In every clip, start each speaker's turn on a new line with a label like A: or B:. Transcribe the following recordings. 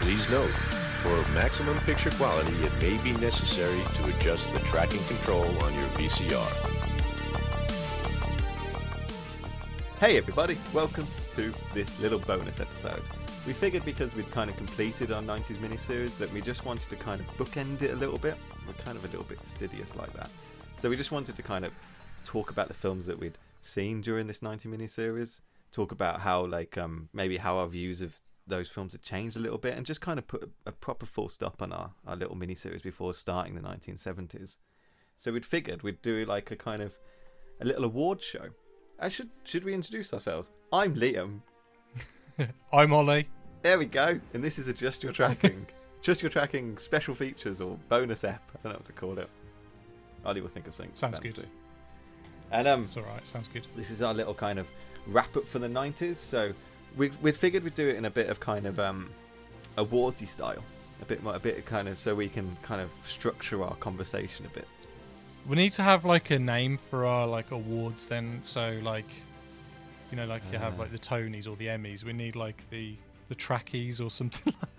A: Please note, for maximum picture quality, it may be necessary to adjust the tracking control on your VCR.
B: Hey everybody, welcome to this little bonus episode. We figured because we'd kind of completed our 90s miniseries that we just wanted to kind of bookend it a little bit. We're kind of a little bit fastidious like that. So we just wanted to kind of talk about the films that we'd seen during this 90 miniseries, talk about how like um maybe how our views of those films had changed a little bit and just kind of put a, a proper full stop on our, our little miniseries before starting the 1970s. So we'd figured we'd do like a kind of a little award show. I Uh, should should we introduce ourselves? I'm Liam.
C: I'm Ollie.
B: There we go. And this is Adjust Your Tracking. Adjust Your Tracking special features or bonus app. I don't know what to call it. Ollie will think of something.
C: Sounds good.
B: fancy. And um,
C: It's all right. Sounds good.
B: this is our little kind of wrap up for the 90s. So we we figured we'd do it in a bit of kind of um, awardy style. A bit more, a bit kind of, so we can kind of structure our conversation a bit.
C: We need to have like a name for our like awards then. So like, you know, like you
B: Uh.
C: have like the Tonys or the Emmys. We need like the the trackies or something. like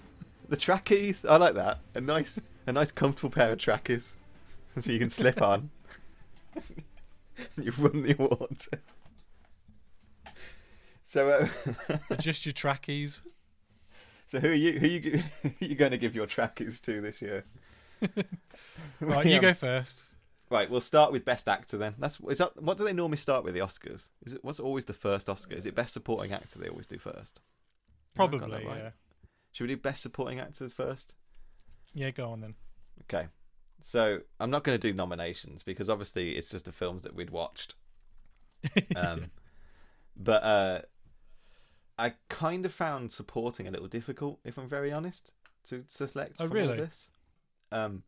B: The trackies, I like that. A nice, a nice comfortable pair of trackies that you can slip on. You've won the award. So, uh,
C: that. Just your trackies.
B: so who are you? Who are you? g- Who are you going to give your trackies to this year?
C: Right,
B: Yeah.
C: you go first.
B: Right, we'll start with best actor then. That's is that what do they normally start with the Oscars? Is it what's always the first Oscar? Is it best supporting actor they always do first? Have I got that
C: Probably.
B: right?
C: Yeah.
B: Should we do best supporting actors first?
C: Yeah. Go on then.
B: Okay. So I'm not going to do nominations because obviously it's just the films that we'd watched. Um, but uh, I kind of found supporting a little difficult, if I'm very honest, to select
C: Oh,
B: from all
C: really?
B: this. Um,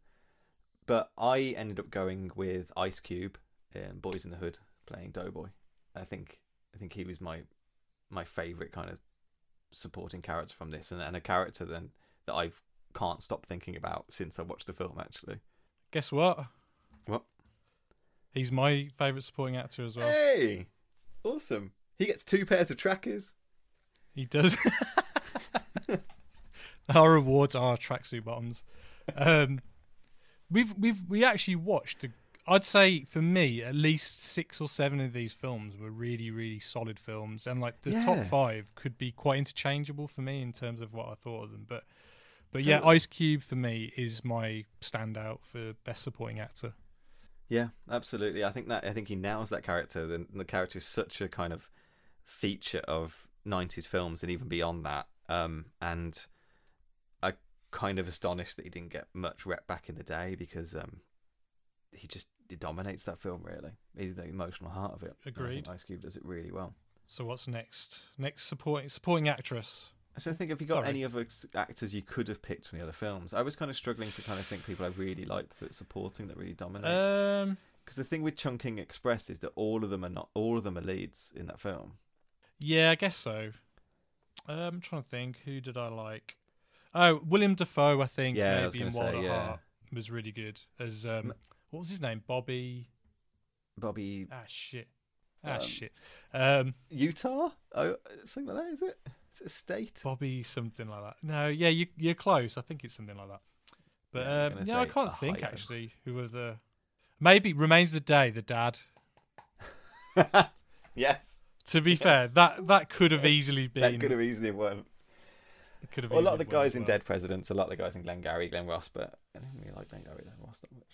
B: but I ended up going with Ice Cube in Boys in the Hood playing Doughboy. I think I think he was my my favorite kind of supporting character from this, and, and a character then that I can't stop thinking about since I watched the film. Actually,
C: Guess what?
B: What?
C: He's my favourite supporting actor as well.
B: hey, awesome! He gets two pairs of trackers.
C: He does. Our awards are tracksuit bottoms. Um, we've we've we actually watched. a- I'd say for me, at least six or seven of these films were really really solid films, and like the top
B: Yeah.
C: five could be quite interchangeable for me in terms of what I thought of them. But but yeah,
B: Totally.
C: Ice Cube for me is my standout for best supporting actor.
B: Yeah, absolutely. I think that I think he nails that character. The, the character is such a kind of feature of '90s films and even beyond that. Um, and I kind of astonished that he didn't get much rep back in the day because um, he just he dominates that film. Really, he's the emotional heart of it. And I think
C: Agreed.
B: Ice Cube does it really well.
C: So what's next? Next supporting supporting actress.
B: Actually, I think if you got
C: Sorry.
B: any other s- actors you could have picked from the other films, I was kind of struggling to kind of think people I really liked that supporting that really dominate.
C: Um.
B: Because the thing with Chunking Express is that all of them are not all of them are leads in that film.
C: Yeah, I guess so. Um, I'm trying to think. Who did I like? Oh, William Defoe, I think.
B: Yeah, I
C: maybe
B: was
C: in
B: gonna
C: Wild
B: say,
C: at
B: yeah.
C: Heart was really good as
B: M-
C: um, what was his name? Bobby.
B: Bobby
C: Ah shit. Ah
B: Um,
C: shit. Um,
B: Utah? Oh, something like that is it? Is it a state?
C: Bobby something like that. No, yeah, you you're close. I think it's something like that. But
B: Yeah, I
C: yeah,
B: was
C: um,
B: gonna
C: yeah I
B: say
C: can't
B: a
C: think
B: hyphen.
C: actually who were the maybe remains of the day the dad.
B: yes,
C: To be fair,
B: Yes.
C: that that could have easily
B: that
C: been
B: could have easily won.
C: could have
B: Well, a lot of the
C: easily won
B: guys
C: as
B: in
C: well.
B: Dead Presidents, a lot of the guys in Glengarry, Glen Ross, but I didn't really like Glengarry, Glen Ross that much.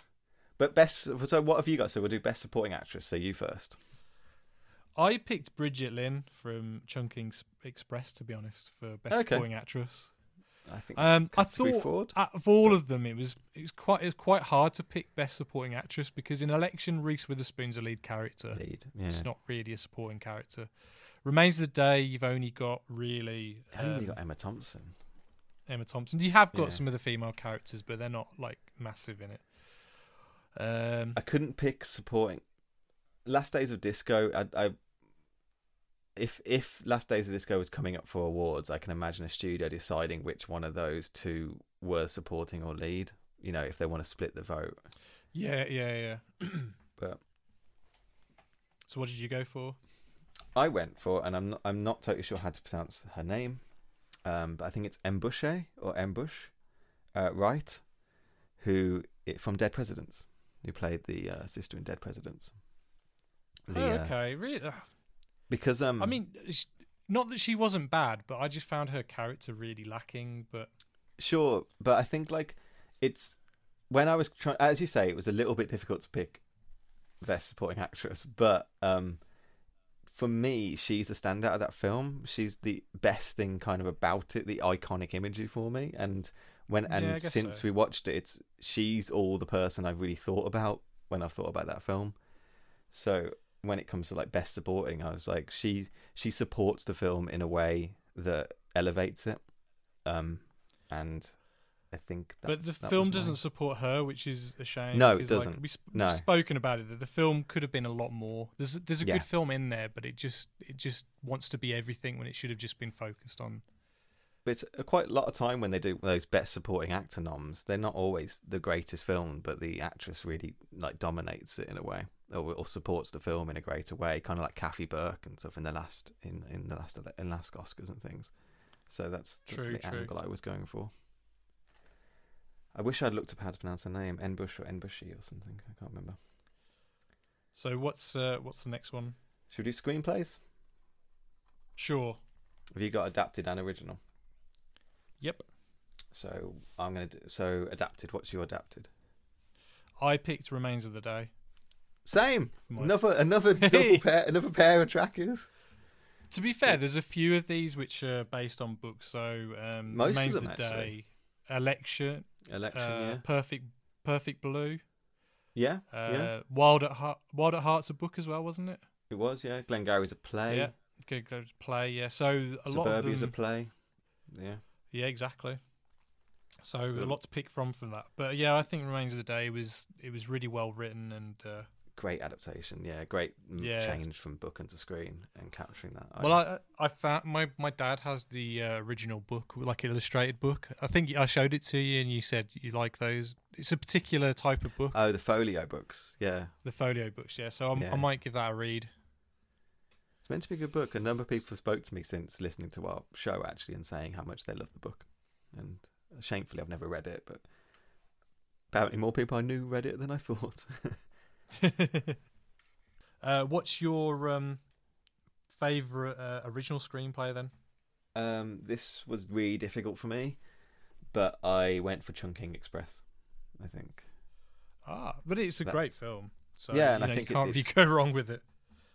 B: But best. So what have you got? So we'll do best supporting actress. So you first.
C: I picked Bridget Lynn from Chunking S- Express to be honest for best
B: Okay.
C: supporting actress.
B: I think. that's
C: Um, I
B: category
C: thought
B: fraud.
C: out of all of them, it was it was quite it was quite hard to pick best supporting actress because in Election, Reese Witherspoon's a lead character.
B: lead. Yeah.
C: Uh, It's not really a supporting character. Remains of the Day, you've only got really
B: I think we
C: um,
B: got Emma Thompson.
C: Emma Thompson. You have got
B: Yeah.
C: some of the female characters, but they're not like massive in it. Um,
B: I couldn't pick supporting. Last Days of Disco. I, I if if Last Days of Disco was coming up for awards, I can imagine a studio deciding which one of those two were supporting or lead. You know, if they want to split the vote.
C: yeah, yeah, yeah.
B: But
C: so what did you go for?
B: I went for, and I'm not, I'm not totally sure how to pronounce her name. um, but I think it's Embouche or Ambush, uh, Wright, who it, from Dead Presidents, who played the uh, sister in Dead Presidents. The,
C: oh,
B: uh,
C: okay. Really? ugh.
B: because um,
C: I mean, it's- not that she wasn't bad, but I just found her character really lacking. But
B: sure, but I think like it's when I was trying, as you say, it was a little bit difficult to pick best supporting actress, but um, for me, she's the standout of that film. She's the best thing kind of about it, the iconic imagery for me, and when
C: Yeah,
B: and
C: I guess
B: since
C: so.
B: we watched it, it's she's all the person I've really thought about when I've thought about that film. So when it comes to like best supporting, I was like, she she supports the film in a way that elevates it. Um, and I think
C: but the
B: that's- that
C: film
B: was
C: doesn't
B: mine.
C: support her, which is a shame.
B: No, it
C: because, like,
B: doesn't.
C: we sp-
B: No.
C: We've spoken about it that the film could have been a lot more. There's a- there's a
B: Yeah.
C: good film in there, but it just it just wants to be everything when it should have just been focused on.
B: But it's a quite a lot of time when they do those best supporting actor noms. They're not always the greatest film, but the actress really like dominates it in a way, or, or supports the film in a greater way. Kind of like Kathy Burke and stuff in the last in in the last ele- in last Oscars and things. So that's, that's
C: True,
B: the
C: true.
B: angle I was going for. I wish I'd looked up how to pronounce her name, Enbush or Enbushi or something. I can't remember.
C: So what's uh, what's the next one?
B: Should we do screenplays?
C: Sure.
B: Have you got adapted and original?
C: Yep.
B: So I'm gonna do so adapted. What's your adapted?
C: I picked Remains of the Day.
B: Same.
C: Mine.
B: Another another double
C: Hey.
B: pair another pair of trackers.
C: To be fair, there's a few of these which are based on books. So um,
B: Most of
C: Remains
B: them,
C: the
B: actually.
C: Day, Election,
B: Election,
C: uh, Perfect, Perfect Blue,
B: yeah.
C: uh,
B: Yeah, yeah.
C: Wild at Heart, Wild at Heart's a book as well, wasn't it?
B: It was, yeah. Glengarry's a play.
C: Yeah. Good, good play. Yeah. So a lot of
B: Suburbia's
C: them.
B: a play. Yeah.
C: yeah, exactly. So
B: So-
C: a lot to pick from from that. But yeah, I think Remains of the Day was it was really well written and uh,
B: Great adaptation. Yeah, great mm,
C: Yeah.
B: change from book into screen and capturing that.
C: Well, I I found my my dad has the uh, original book, like illustrated book. I think I showed it to you, and you said you like those. It's a particular type of book,
B: Oh, the folio books. Yeah.
C: the folio books. Yeah, so I'm,
B: Yeah.
C: I might give that a read.
B: It's meant to be a good book. A number of people have spoke to me since listening to our show actually and saying how much they love the book. And shamefully, I've never read it, but apparently more people I knew read it than I thought.
C: uh, what's your um, favorite uh, original screenplay then?
B: Um, this was really difficult for me, but I went for Chunking Express. I think
C: Ah, but it's a
B: That-
C: great film. So
B: Yeah, and
C: you
B: I
C: know,
B: think it-
C: you can't really
B: it's-
C: go wrong with it.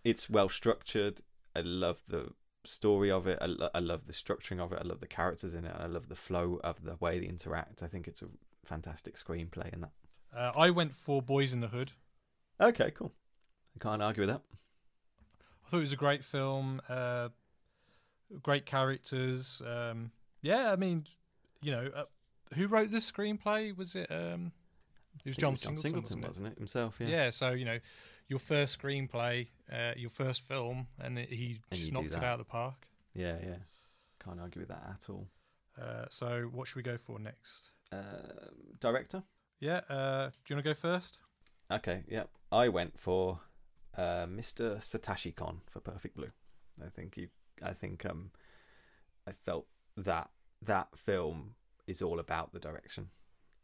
B: it's well structured. I love the story of it. I, lo- I love the structuring of it. I love the characters in it. I love the flow of the way they interact. I think it's a fantastic screenplay and that.
C: Uh, I went for Boys in the Hood.
B: Okay, cool. I can't argue with that.
C: I thought it was a great film, uh, great characters. Um, yeah, I mean, you know, uh, who wrote the screenplay? Was it? Um,
B: I
C: it was
B: think it
C: John
B: was
C: Singleton. wasn't it?
B: wasn't it? Himself, yeah.
C: Yeah. So you know, your first screenplay, uh, your first film, and it- he
B: And you
C: just
B: do
C: knocked it
B: that.
C: out of the park.
B: yeah, yeah. Can't argue with that at all.
C: Uh, so what should we go for next?
B: Um director.
C: Yeah. Uh, do you want to go first?
B: Okay, yeah. I went for uh, Mr. Satoshi Kon for Perfect Blue. I think you. I think um, I felt that that film is all about the direction,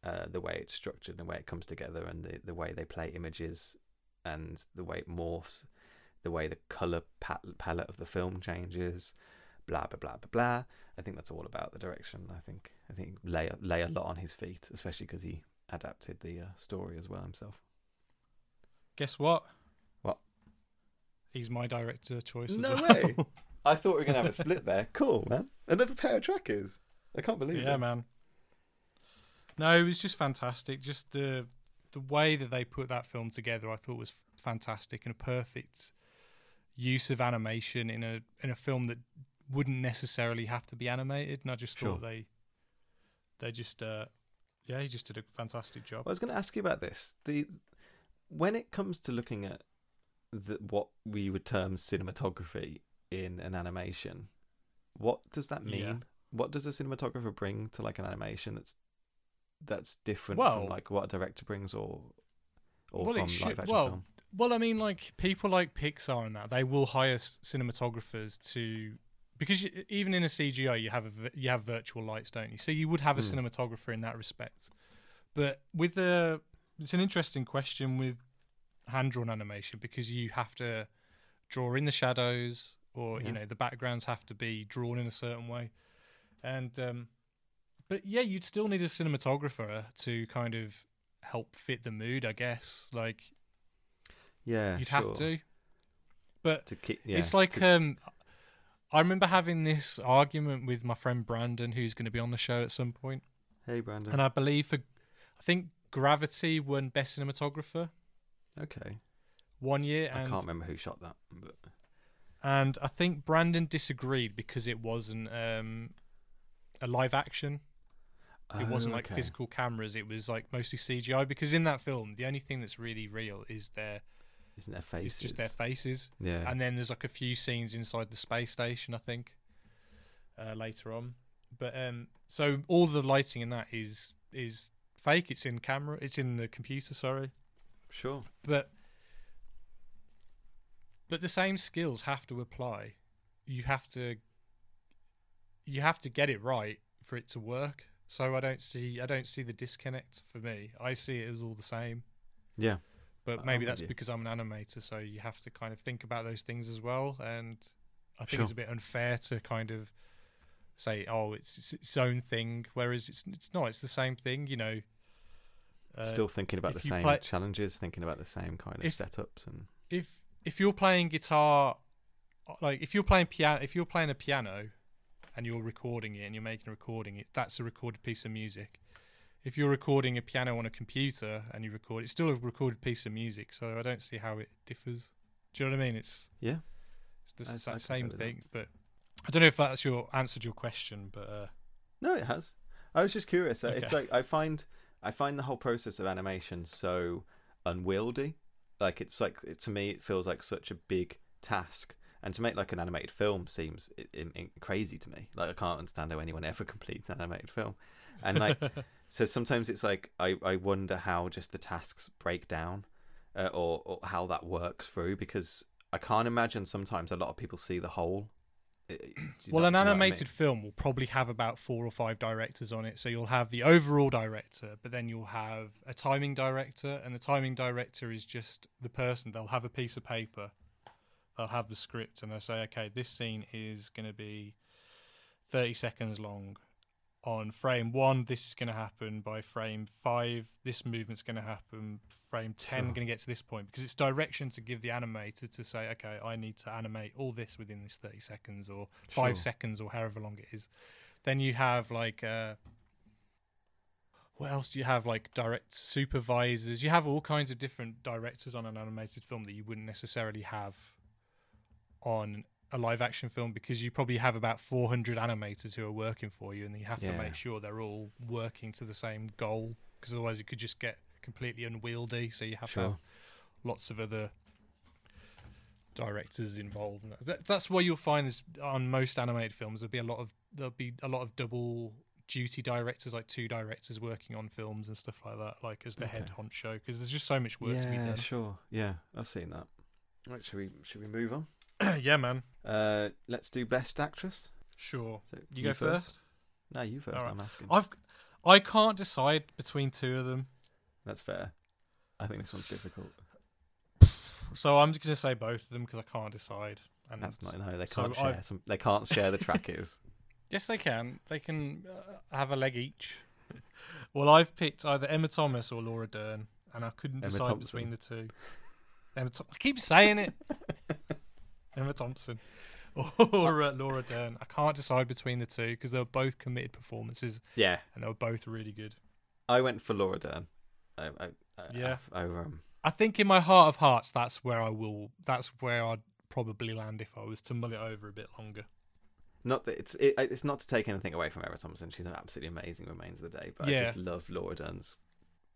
B: uh, the way it's structured, and the way it comes together, and the the way they play images, and the way it morphs, the way the color pat- palette of the film changes, blah blah blah blah blah. I think that's all about the direction. I think I think lay a- lay a lot on his feet, especially because he adapted the uh, story as well himself.
C: Guess what?
B: What?
C: He's my director choice.
B: No
C: as well.
B: way. I thought we were gonna have a split there. Cool, man. Another pair of trackers. I can't believe
C: Yeah,
B: it.
C: man. No, it was just fantastic. Just the the way that they put that film together, I thought was fantastic and a perfect use of animation in a in a film that wouldn't necessarily have to be animated. And I just
B: Sure.
C: thought they they just uh, yeah, he just did a fantastic job.
B: I was going to ask you about this. The when it comes to looking at the, what we would term cinematography in an animation, what does that mean?
C: Yeah.
B: What does a cinematographer bring to like an animation that's that's different
C: Well-
B: from like what a director brings or or
C: Well, it
B: from
C: should-
B: live action
C: well,
B: film?
C: Well, I mean, like people like Pixar and that, they will hire s- cinematographers to because you, even in a CGI you have a, vi- you have virtual lights, don't you? So you would have a cinematographer in that respect. But with the it's an interesting question with hand drawn animation because you have to draw in the shadows or you know the backgrounds have to be drawn in a certain way, and um, but yeah, you'd still need a cinematographer to kind of help fit the mood, I guess. Like
B: Yeah,
C: you'd
B: sure.
C: have to, but
B: To keep, yeah,
C: it's like
B: to-
C: um, I remember having this argument with my friend Brandon, who's going to be on the show at some point,
B: hey, Brandon.
C: and I believe for, I think Gravity won best cinematographer
B: okay,
C: one year,
B: I
C: and
B: can't remember who shot that, but
C: and I think Brandon disagreed because it wasn't um, a live action. It wasn't
B: Oh,
C: like
B: okay.
C: physical cameras. It was like mostly CGI because in that film, the only thing that's really real is their
B: Isn't their faces?
C: is just their faces.
B: Yeah,
C: and then there's like a few scenes inside the space station i think uh, later on but um so all the lighting in that is is fake it's in camera it's in the computer sorry
B: sure.
C: but but the same skills have to apply you have to you have to get it right for it to work so i don't see i don't see the disconnect for me i see it as all the same
B: Yeah,
C: but
B: I'm
C: maybe
B: with
C: that's
B: you.
C: because I'm an animator, so you have to kind of think about those things as well. And I think
B: Sure.
C: it's a bit unfair to kind of say, "Oh, it's it's its own thing," whereas it's it's not. It's the same thing, you know. Uh,
B: still thinking about the
C: if you
B: same
C: play-
B: challenges, thinking about the same kind of
C: If-
B: setups, and
C: if if you're playing guitar, like if you're playing piano, if you're playing a piano, and you're recording it and you're making a recording, it that's a recorded piece of music. If you're recording a piano on a computer and you record, it's still a recorded piece of music. So I don't see how it differs. Do you know what I mean? It's
B: yeah,
C: It's the
B: I-
C: s-
B: I can
C: same
B: go with that.
C: thing, but I don't know if that's your answered your question, but uh,
B: No, it has. I was just curious. Uh, It's
C: Okay.
B: like I find I find the whole process of animation so unwieldy. Like it's like it, to me, it feels like such a big task, and to make like an animated film seems i i i- crazy to me. Like I can't understand how anyone ever completes an animated film, and like so sometimes it's like I I wonder how just the tasks break down, uh, or, or how that works through because I can't imagine sometimes a lot of people see the whole. I- I- do you
C: well,
B: know-
C: an
B: do you know what I mean?
C: animated film will probably have about four or five directors on it. So you'll have the overall director, but then you'll have a timing director, and the timing director is just the person. They'll have a piece of paper, they'll have the script, and they'll say, okay, this scene is going to be thirty seconds long. On frame one, this is going to happen. By frame five, this movement's going to happen. Frame ten,
B: Sure.
C: going to get to this point because it's direction to give the animator to say, okay, I need to animate all this within this thirty seconds or five
B: Sure.
C: seconds or however long it is. Then you have like uh, what else do you have? Like direct supervisors. You have all kinds of different directors on an animated film that you wouldn't necessarily have on a live action film because you probably have about 400 animators who are working for you and you have to
B: Yeah.
C: make sure they're all working to the same goal because otherwise it could just get completely unwieldy. So you have to have
B: Sure.
C: lots of other directors involved. and That, that's why you'll find is on most animated films there'll be a lot of there'll be a lot of double duty directors, like two directors working on films and stuff like that, like as the head honcho, because there's just so much work
B: yeah,
C: to be done.
B: sure. Yeah, I've seen that. Right, should we should we move on?
C: yeah, man.
B: Uh, let's do best actress.
C: Sure.
B: So
C: You, go first.
B: No, you first.
C: Alright.
B: I'm asking.
C: I've I can't decide between two of them,
B: That's fair. I think this one's difficult.
C: so I'm just gonna say both of them because I can't decide. And
B: That's not no. They
C: so
B: can't
C: I've-
B: share. Some, they can't share the track is.
C: Yes, they can. They can uh, have a leg each. well, I've picked either Emma Thomas or Laura Dern, and I couldn't
B: Emma
C: decide
B: Thompson.
C: between the two. Emma Tho- I keep saying it. Emma Thompson or uh, Laura Dern. I can't decide between the two because they were both committed performances
B: Yeah,
C: and they were both really good.
B: I went for Laura Dern. I, I, I,
C: Yeah.
B: I, I, um,
C: I think in my heart of hearts, that's where I will. That's where I'd probably land if I was to mull it over a bit longer.
B: not that it's it, it's not to take anything away from Emma Thompson. She's an absolutely amazing remains of the day. But I
C: Yeah.
B: just love Laura Dern's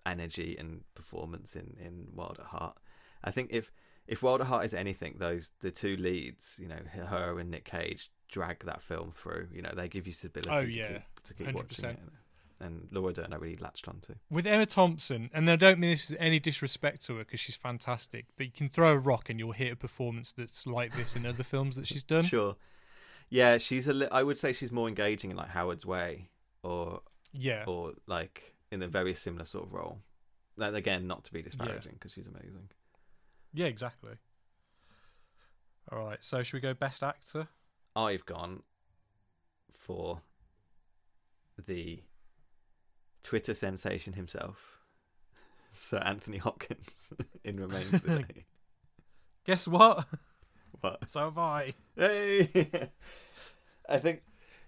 B: energy and performance in in Wild at Heart. I think if if Wild at Heart is anything, those the two leads, you know, her and Nick Cage, drag that film through. You know, they give you stability.
C: Oh,
B: to
C: yeah.
B: keep, to keep watching
C: 100%.
B: it. And Laura Dern, I really latched onto.
C: with Emma Thompson, and I don't mean this as any disrespect to her because she's fantastic, but you can throw a rock and you'll hit a performance that's like this in other films that she's done.
B: Sure. Yeah, she's a. Li- I would say she's more engaging in like Howard's Way or
C: Yeah.
B: or like in a very similar sort of role. That again, not to be disparaging because she's amazing.
C: Yeah, exactly. All right. So should we go best actor?
B: I've gone for the Twitter sensation himself, Sir Anthony Hopkins in Remains of the Day.
C: Guess what?
B: What?
C: So have I.
B: Hey! I think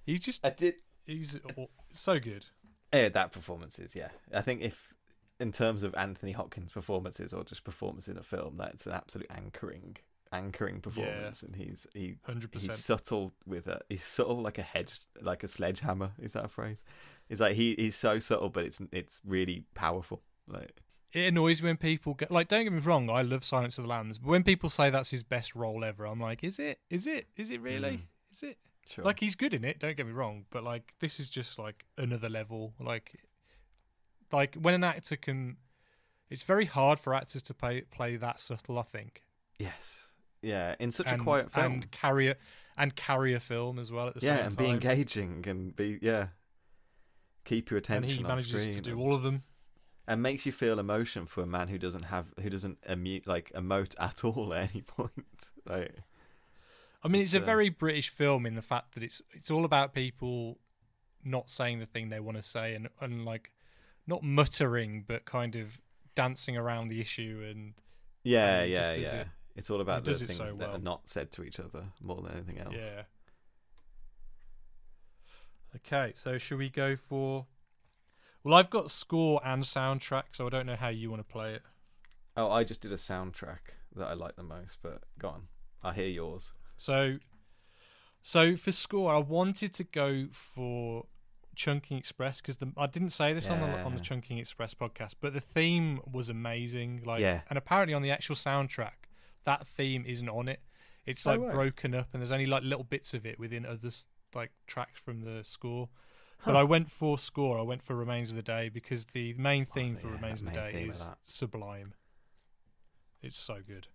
C: He's just
B: I did
C: he's aw- so good.
B: Eh, that performances, yeah. I think if in terms of Anthony Hopkins performances or just performance in a film, that's an absolute anchoring anchoring performance and he's he
C: Hundred
B: he's
C: percent.
B: subtle with a he's subtle like a hedge like a sledgehammer, is that a phrase? It's like he he's so subtle but it's it's really powerful. Like
C: It annoys me when people get like. Don't get me wrong. I love Silence of the Lambs, but when people say that's his best role ever, I'm like, is it? Is it? Is it really?
B: Mm.
C: Is it?
B: sure.
C: Like he's good in it. Don't get me wrong, but like this is just like another level. Like, like when an actor can, it's very hard for actors to play play that subtle. I think.
B: Yes. Yeah. In such
C: and,
B: a quiet film.
C: and carry a and carry a film as well at the
B: yeah,
C: same
B: and
C: time.
B: be engaging and be yeah. Keep your
C: and
B: attention
C: he
B: on
C: manages
B: screen.
C: to do
B: and-
C: all of them.
B: and makes you feel emotion for a man who doesn't have who doesn't emote like emote at all at any point. Like
C: I mean,
B: It's,
C: it's,
B: uh,
C: a very British film in the fact that it's it's all about people not saying the thing they want to say and and like not muttering but kind of dancing around the issue and
B: yeah,
C: And he
B: yeah,
C: just does
B: yeah.
C: it-
B: It's all about
C: he
B: the
C: does it
B: things
C: so
B: that are
C: well.
B: not said to each other more than anything else.
C: yeah. Okay, so should we go for? Well, I've got score and soundtrack, so I don't know how you want to play it.
B: Oh, I just did a soundtrack that I like the most, but go on. I hear yours.
C: So, so for score, I wanted to go for Chunking Express because the I didn't say this on the on
B: Yeah.
C: the Chunking Express podcast, but the theme was amazing. Like,
B: Yeah.
C: and apparently on the actual soundtrack, that theme isn't on it. It's
B: No
C: like
B: way.
C: broken up, and there's only like little bits of it within other s- like tracks from the score. But I went for score. I went for Remains of the Day because the main theme for
B: Oh, yeah,
C: Remains of
B: that
C: the
B: main
C: Day
B: theme of
C: is
B: that.
C: sublime. It's so good.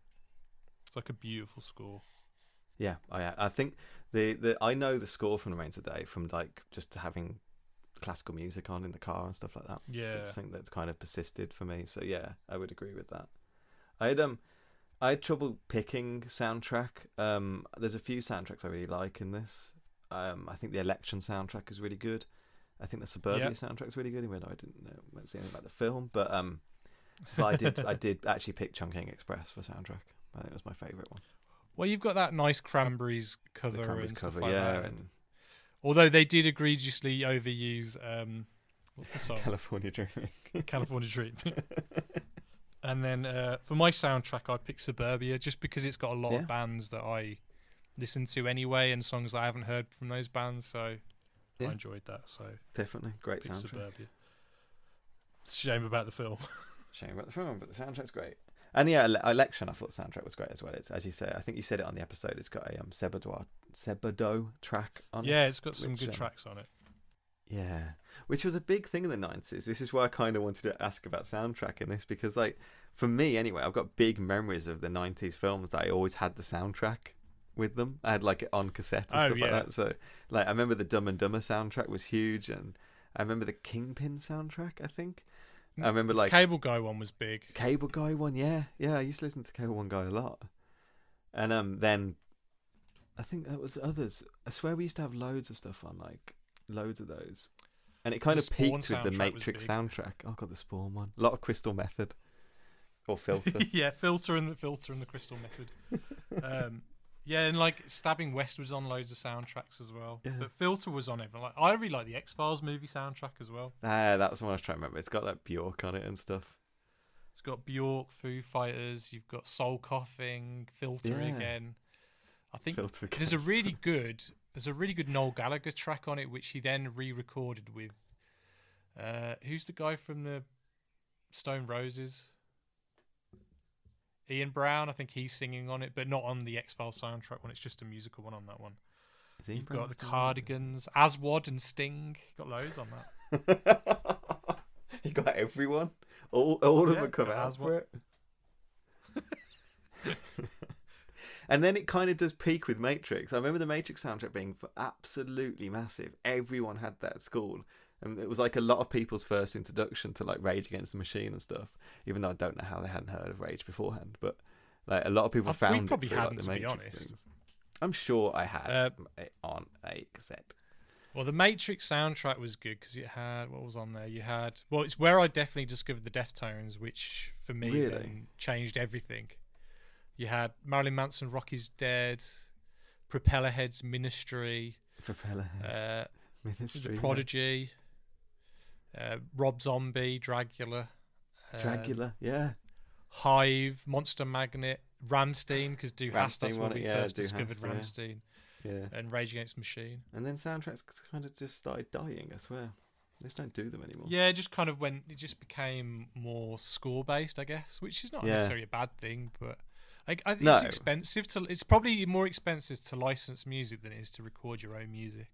C: It's like a beautiful score.
B: Yeah, I I think the, the I know the score from Remains of the Day from like just having classical music on in the car and stuff like that.
C: Yeah.
B: it's something that's kind of persisted for me. So yeah, I would agree with that. I had um, I had trouble picking soundtrack. Um, there's a few soundtracks I really like in this. Um, I think the election soundtrack is really good. I think the suburbia
C: Yep.
B: soundtrack's really good. Even though I didn't know, won't say anything about the film, but um, but I did I did actually pick Chungking Express for soundtrack. I think it was my favorite one.
C: Well, you've got that nice cranberries
B: The
C: cover
B: Cranberries
C: and stuff
B: cover,
C: like
B: yeah,
C: that.
B: and
C: Although they did egregiously overuse um, what's the song?
B: California Dreaming.
C: California Treatment. and then uh, for my soundtrack, I picked Suburbia just because it's got a lot
B: Yeah.
C: of bands that I listen to anyway and songs that I haven't heard from those bands. So
B: Yeah.
C: I enjoyed that. So
B: Definitely great
C: picked
B: soundtrack.
C: Suburbia. It's a shame about the film.
B: Shame about the film, but the soundtrack's great. And yeah, Ele- election. I thought the soundtrack was great as well. It's as you say. I think you said it on the episode. It's got a um Sebado Sebado track on it.
C: yeah, it's got some
B: which,
C: good
B: um,
C: tracks on it.
B: Yeah, which was a big thing in the nineties. This is why I kind of wanted to ask about soundtrack in this because, like, for me anyway, I've got big memories of the nineties films that I always had the soundtrack with them. I had like it on cassette and
C: Oh,
B: stuff
C: yeah.
B: like that. So, like, I remember the Dumb and Dumber soundtrack was huge, and I remember the Kingpin soundtrack. I think I remember
C: This
B: like
C: Cable Guy one was big.
B: Cable Guy one, yeah, yeah. I used to listen to Cable One Guy a lot, and um, then I think that was others. I swear we used to have loads of stuff on, like loads of those, and it kind
C: The
B: of
C: Spawn
B: peaked with the
C: soundtrack was
B: Matrix
C: big.
B: soundtrack. Oh god, the Spawn one. A lot of Crystal Method or Filter.
C: yeah, filter and the filter and the crystal method. um, yeah, and like stabbing West was on loads of soundtracks as well.
B: Yeah.
C: But filter was on everything. Like I really like the X Files movie soundtrack as well.
B: ah, that was the one I was trying to remember. It's got like Bjork on it and stuff.
C: It's got Bjork, Foo Fighters. You've got Soul Coughing, Filter
B: Yeah.
C: again. I think
B: Filter.
C: there's a really good there's a really good Noel Gallagher track on it, which he then re-recorded with. Uh, who's the guy from the Stone Roses? Ian Brown, I think he's singing on it, but not on the X Files soundtrack one. It's just a musical one on that one.
B: Is he
C: You've got the
B: Brownston?
C: Cardigans, Aswad and Sting. Got loads on that.
B: he got everyone. All all of
C: Yeah,
B: them come
C: got
B: out
C: Aswa-
B: for it. And then it kind of does peak with Matrix. I remember the Matrix soundtrack being f- absolutely massive. Everyone had that at school. And it was like a lot of people's first introduction to like Rage Against the Machine and stuff. Even though I don't know how they hadn't heard of Rage beforehand, but like a lot of people
C: I- Uh, we
B: found
C: probably
B: it through, like,
C: hadn't,
B: the
C: to be
B: Matrix
C: honest.
B: things. I'm sure I had
C: Uh,
B: it on a cassette.
C: Well, the Matrix soundtrack was good because it had what was on there. You had well, it's where I definitely discovered the Deftones, which for me
B: Really?
C: then changed everything. You had Marilyn Manson, Rocky's Dead, Propellerheads, Ministry,
B: Propeller
C: uh,
B: Ministry,
C: The
B: yeah.
C: Prodigy, uh, Rob Zombie, Dragula, uh,
B: Dracula, yeah.
C: Hive, Monster Magnet, Ramstein because Do
B: Rammstein
C: Hast. That's when
B: won it,
C: we
B: yeah,
C: first
B: Du
C: discovered
B: Hast, yeah.
C: Ramstein
B: Yeah.
C: and Rage Against the Machine.
B: And then soundtracks kind of just started dying, I swear. They just don't do them anymore.
C: Yeah, it just kind of went. It just became more score based, I guess, which is not
B: Yeah.
C: necessarily a bad thing, but I, I, it's
B: No.
C: expensive to. It's probably more expensive to license music than it is to record your own music.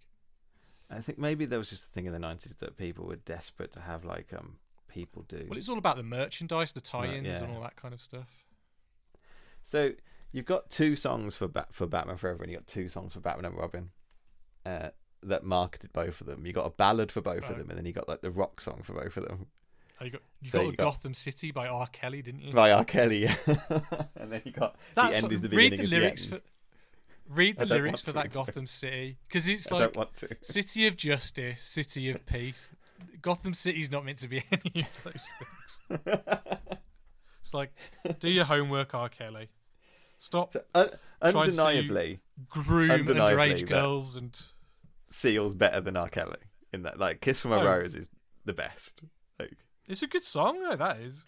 B: I think maybe there was just a thing in the 90s that people were desperate to have, like, um, people do.
C: Well, it's all about the merchandise, the tie-ins, and
B: yeah.
C: all that kind of stuff.
B: So you've got two songs for Bat- for Batman Forever, and you've got two songs for Batman and Robin uh, that marketed both of them. You got a ballad for both
C: Right.
B: of them, and then you got like the rock song for both of them
C: Oh, you got you
B: So
C: got,
B: you
C: a
B: got-
C: Gotham City by R. Kelly, didn't you?
B: by R. Kelly, and then you got the end is the beginning.
C: read the
B: is
C: lyrics
B: the end.
C: for. Read
B: I
C: the
B: don't
C: lyrics
B: want
C: for
B: to.
C: that Gotham City because it's
B: I don't
C: like
B: want to.
C: City of Justice, City of Peace. Gotham City's not meant to be any of those things. It's like, do your homework, R. Kelly. Stop
B: So, un-
C: to-
B: undeniably,
C: groom
B: undeniably,
C: underage
B: but-
C: girls and
B: Seal's better than R. Kelly in that. Like, "Kiss from a
C: Oh.
B: Rose" is the best. Like,
C: it's a good song though, that is.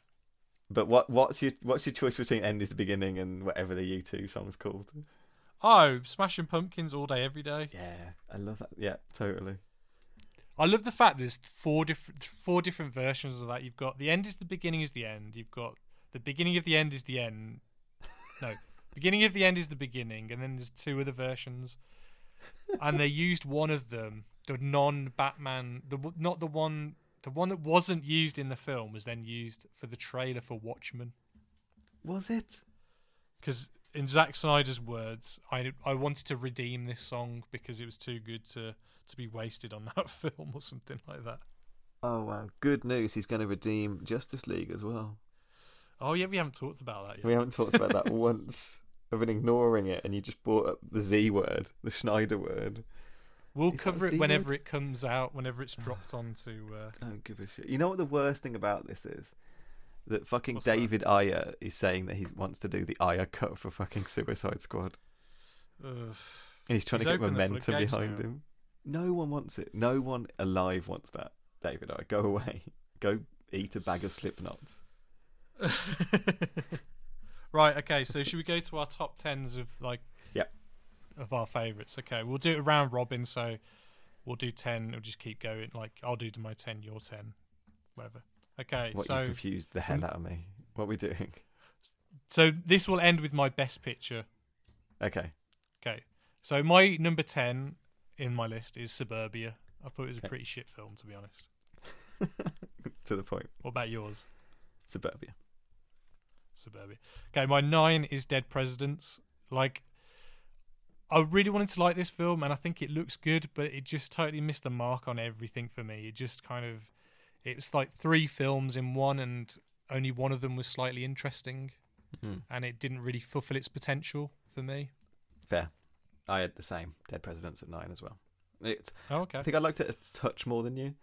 B: but what what's your what's your choice between "End is the beginning" and whatever the U two song's called?
C: Oh, Smashing Pumpkins all day every day.
B: Yeah, I love that. Yeah, totally.
C: I love the fact there's four different four different versions of that. You've got the end is the beginning is the end. You've got the beginning of the end is the end. No, beginning of the end is the beginning, and then there's two other versions, and they used one of them, the non-Batman, the w- not the one, the one that wasn't used in the film was then used for the trailer for Watchmen.
B: Was it?
C: Because in Zack Snyder's words, I I wanted to redeem this song because it was too good to to be wasted on that film or something like that.
B: Oh wow! Good news. He's going to redeem Justice League as well.
C: Oh yeah, we haven't talked about that yet.
B: We haven't talked about that once. I've been ignoring it, and you just brought up the Z word, the Schneider word.
C: We'll
B: Is that
C: cover
B: a C
C: it whenever it comes out, whenever it's dropped onto. Uh,
B: I don't give a shit. You know what the worst thing about this is? That fucking
C: What's that?
B: David Ayer is saying that he wants to do the Ayer cut for fucking Suicide Squad,
C: ugh.
B: and he's trying
C: He's
B: to get
C: opened the
B: momentum
C: floodgates
B: behind
C: now.
B: him. No one wants it. No one alive wants that. David Ayer, go away. Go eat a bag of Slipknot.
C: right. Okay. So should we go to our top tens of like?
B: Yep.
C: Of our favourites. Okay, we'll do it round robin. So we'll do ten. We'll just keep going. Like I'll do my ten, your ten, whatever. Okay.
B: What you
C: so
B: confused the hell out of me. What are we doing?
C: so this will end with my best picture.
B: Okay.
C: Okay. So my number ten in my list is Suburbia. I thought it was a
B: Okay.
C: pretty shit film, to be honest.
B: to the point.
C: What about yours?
B: Suburbia.
C: Suburbia. Okay, my nine is Dead Presidents. Like, I really wanted to like this film, and I think it looks good, but it just totally missed the mark on everything for me. It just kind of, it was like three films in one, and only one of them was slightly interesting,
B: Mhm.
C: and it didn't really fulfill its potential for me.
B: Fair. I had the same Dead Presidents at nine as well. It's,
C: Oh, okay.
B: I think I liked it a touch more than you,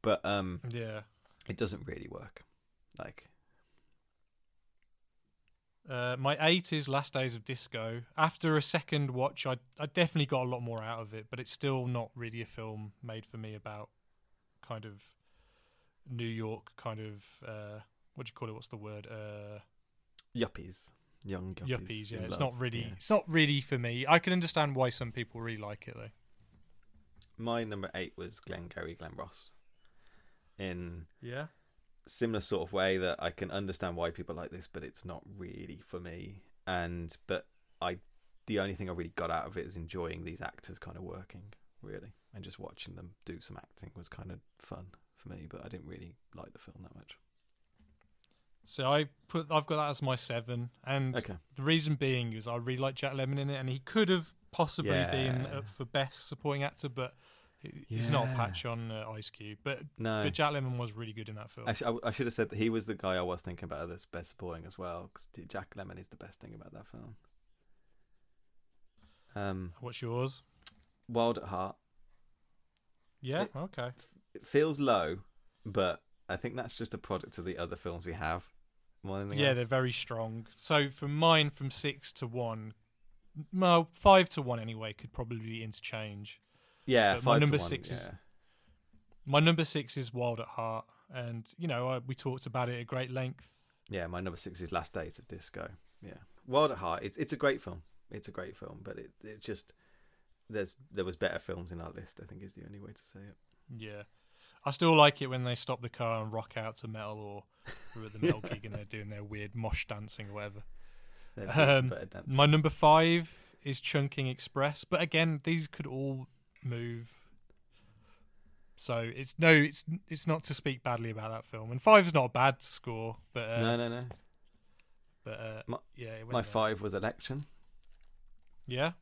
B: but um,
C: yeah.
B: it doesn't really work. Like,
C: Uh, my eight is Last Days of Disco. After a second watch, I I definitely got a lot more out of it, but it's still not really a film made for me about kind of New York, kind of uh, what do you call it? What's the word? Uh,
B: yuppies, young yuppies.
C: yuppies. Yeah,
B: in
C: it's
B: love.
C: not really
B: Yeah.
C: it's not really for me. I can understand why some people really like it though.
B: My number eight was Glengarry Glen Ross. In
C: Yeah.
B: similar sort of way that I can understand why people like this, but it's not really for me. And but I, the only thing I really got out of it is enjoying these actors kind of working really, and just watching them do some acting was kind of fun for me. But I didn't really like the film that much.
C: So I put I've got that as my seven, and
B: Okay.
C: the reason being is I really like Jack Lemon in it, and he could have possibly been
B: Yeah.
C: up for best supporting actor, but he- he's not a
B: Yeah.
C: patch on uh, Ice Cube. But,
B: No.
C: but Jack Lemon was really good in that film.
B: I, sh- I, I should have said that he was the guy I was thinking about that's best supporting as well, because Jack Lemon is the best thing about that film. Um,
C: What's yours?
B: Wild at Heart.
C: Yeah.
B: It-
C: okay.
B: It feels low, but I think that's just a product of the other films we have. More than anything
C: Yeah,
B: else.
C: they're very strong. So from mine, from six to one, well, five to one anyway, could probably interchange.
B: yeah.
C: but
B: Five
C: my number
B: to one,
C: six
B: yeah.
C: is- My number six is Wild at Heart, and you know I, we talked about it at great length.
B: Yeah, my number six is Last Days of Disco. Yeah, Wild at Heart. It's it's a great film. It's a great film, but it it just there's there was better films in our list. I think is the only way to say it.
C: Yeah, I still like it when they stop the car and rock out to metal or we're at the metal gig and they're doing their weird mosh dancing or whatever.
B: There's lots of
C: Um,
B: better dancing.
C: My number five is Chunking Express, but again, these could all move. So it's no, it's it's not to speak badly about that film, and five's not a bad score, but uh,
B: no, no, no.
C: but uh,
B: My-
C: yeah, it went
B: My
C: there.
B: five was Election.
C: yeah,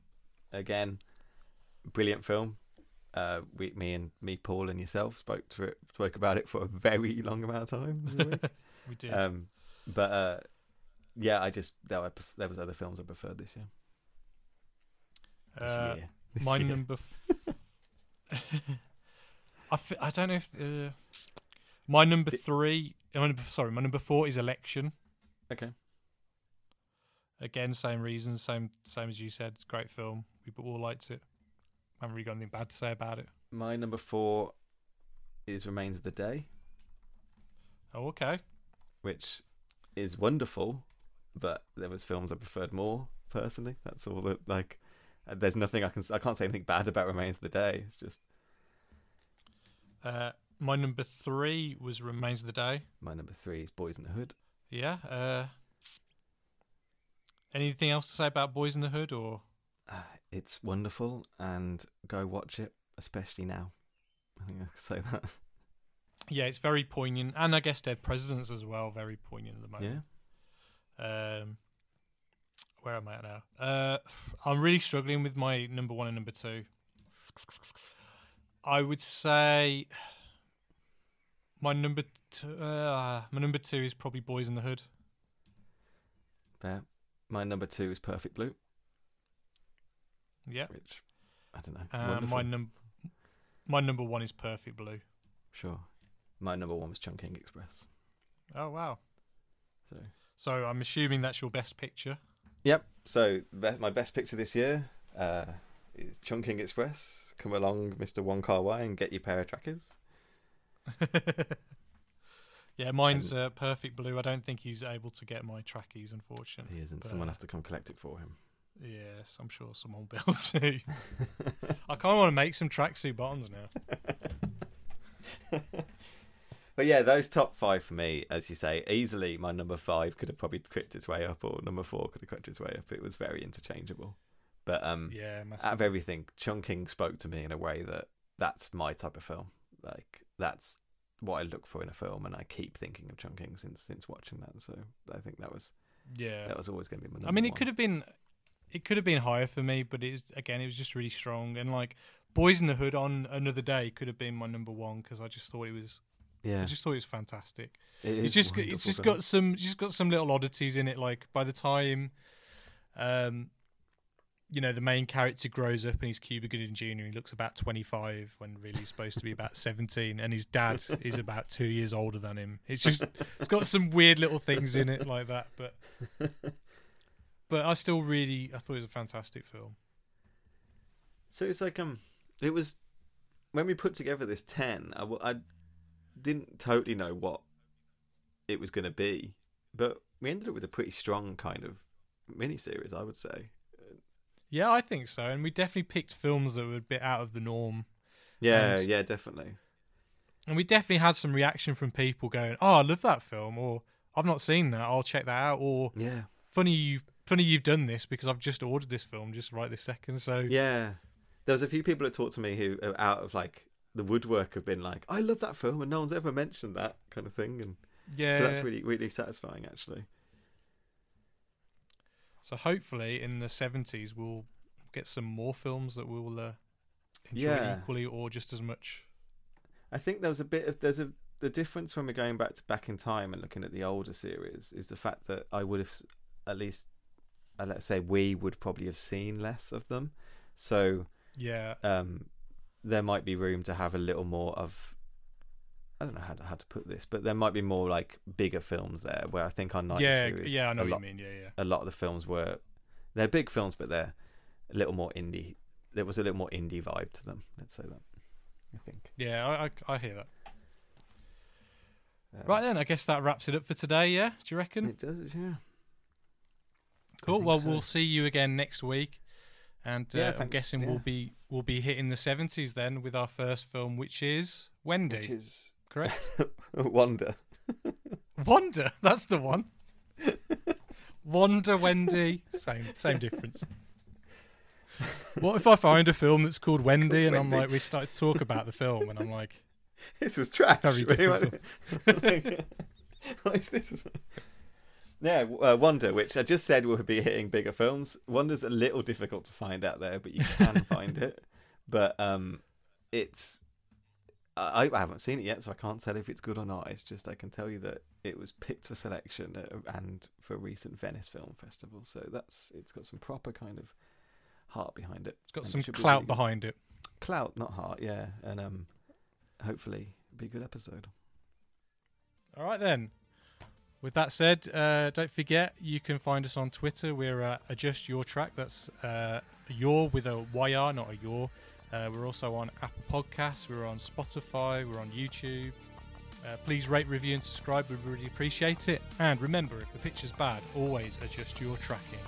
B: Again, brilliant film. Uh, we, me and me, Paul, and yourself spoke to it, spoke about it for a very long amount of time. didn't we?
C: we did.
B: um, but uh, yeah, I just there, were, there was other films I preferred this year. This
C: Uh,
B: year. This
C: my
B: year.
C: number. F- I f- I don't know if uh, my number
B: Did-
C: three. My number, sorry, my number four is election.
B: Okay.
C: Again, same reason, same same as you said. It's a great film. We all liked it. I haven't really got anything bad to say about it.
B: My number four is Remains of the Day,
C: Oh, okay.
B: which is wonderful, but there was films I preferred more personally. That's all that like. uh, There's nothing I can s- I can't say anything bad about Remains of the Day. It's just
C: Uh, my number three was Remains of the Day.
B: my number three is Boys in the Hood.
C: Yeah. Uh, anything else to say about Boys in the Hood or?
B: Uh, it's wonderful and go watch it, especially now. I think I can say that.
C: Yeah, it's very poignant, and I guess Dead Presidents as well. Very poignant at the moment.
B: Yeah.
C: Um, where am I at now? Uh, I'm really struggling with my number one and number two. I would say my number two, uh, my number two is probably Boys in the Hood.
B: But my number two is Perfect Blue,
C: Yeah,
B: which I don't know.
C: uh,
B: wonderful.
C: my num my number one is Perfect Blue.
B: sure. My number one was Chunking Express.
C: Oh wow!
B: So
C: So I'm assuming that's your best picture.
B: Yep. So be- my best picture this year uh, is Chunking Express. Come along, Mister One Car Wai, and get your pair of trackers.
C: yeah, mine's uh, Perfect Blue. I don't think he's able to get my trackies, unfortunately.
B: He isn't.
C: Someone
B: Someone have to come collect it for him.
C: Yes, I'm sure someone will too. I kind of want to make some tracksuit bottoms now.
B: But yeah, those top five for me, as you say, easily my number five could have probably crept its way up, or number four could have crept its way up. It was very interchangeable. But um,
C: Yeah,
B: out
C: massive.
B: of everything, Chunking spoke to me in a way that that's my type of film. Like that's what I look for in a film, and I keep thinking of Chunking since since watching that. So I think that was
C: yeah.
B: that was always going to be my. Number
C: I mean, it
B: one.
C: could have been, it could have been higher for me, but it is again, it was just really strong. And like, Boys in the Hood on another day could have been my number one because I just thought it was,
B: Yeah,
C: I just thought it was fantastic.
B: it
C: it's
B: is
C: just,
B: wonderful
C: it's just
B: film.
C: got some, it's just got some little oddities in it. Like by the time, um, you know, the main character grows up and he's Cuba Gooding Jr. He looks about 25 when really he's supposed to be about 17, and his dad is about two years older than him. It's just, it's got some weird little things in it like that, but but I still really, I thought it was a fantastic film.
B: So it's like um, it was when we put together this ten. I, w- I didn't totally know what it was going to be, but we ended up with a pretty strong kind of miniseries, I would say.
C: Yeah, I think so, and we definitely picked films that were a bit out of the norm,
B: Yeah,
C: And-
B: yeah, definitely.
C: and we definitely had some reaction from people going, "Oh, I love that film," or "I've not seen that, I'll check that out," or
B: Yeah,
C: "Funny you." Funny you've done this because I've just ordered this film just right this second. So
B: yeah. There was a few people that talked to me who uh, are out of like the woodwork have been like, "I love that film," and no one's ever mentioned that kind of thing, and
C: Yeah.
B: So that's really really satisfying actually.
C: So hopefully in the 70s we'll get some more films that we'll uh, enjoy
B: Yeah.
C: equally or just as much.
B: I think there was a bit of there's a the difference when we're going back to back in time and looking at the older series is the fact that I would have s- at least uh, let's say we would probably have seen less of them. So
C: Yeah.
B: um, there might be room to have a little more of I don't know how to, how to put this, but there might be more like bigger films there where I think our 90s
C: Yeah,
B: series
C: yeah, I know
B: a
C: what
B: lot,
C: you mean. Yeah, yeah.
B: a lot of the films were they're big films but they're a little more indie. There was a little more indie vibe to them, let's say that. I think.
C: Yeah, I, I, I hear that.
B: Um,
C: Right then, I guess that wraps it up for today, yeah? Do you reckon?
B: It does, yeah.
C: cool.
B: think
C: Well,
B: so.
C: we'll see you again next week. And uh,
B: Yeah,
C: I'm
B: thanks.
C: guessing
B: Yeah.
C: we'll be we'll be hitting the 70s then with our first film which is Wendy,
B: Which is
C: correct?
B: Wonder.
C: Wonder, that's the one. Wonder Wendy, same same difference. What if I find a film that's called Wendy and I'm
B: Wendy.
C: like we start to talk about the film and I'm like
B: This was trash.
C: Very different
B: what is this? Yeah, uh, Wonder, which I just said will be hitting bigger films. Wonder's a little difficult to find out there, but you can find it. But um, it's I, I haven't seen it yet, so I can't tell if it's good or not. It's just I can tell you that it was picked for selection uh, and for a recent Venice Film Festival. So that's it's got some proper kind of heart behind it.
C: it's got
B: And it
C: some
B: should be
C: clout
B: really good.
C: behind it.
B: clout, not heart. Yeah, and um, hopefully be a good episode.
C: All right then. With that said, uh, don't forget you can find us on Twitter. We're uh, adjust your track. That's uh, your with a YR, not a your. Uh, we're also on Apple Podcasts. We're on Spotify. We're on YouTube. Uh, please rate, review, and subscribe. We really appreciate it. And remember, if the picture's bad, always adjust your tracking.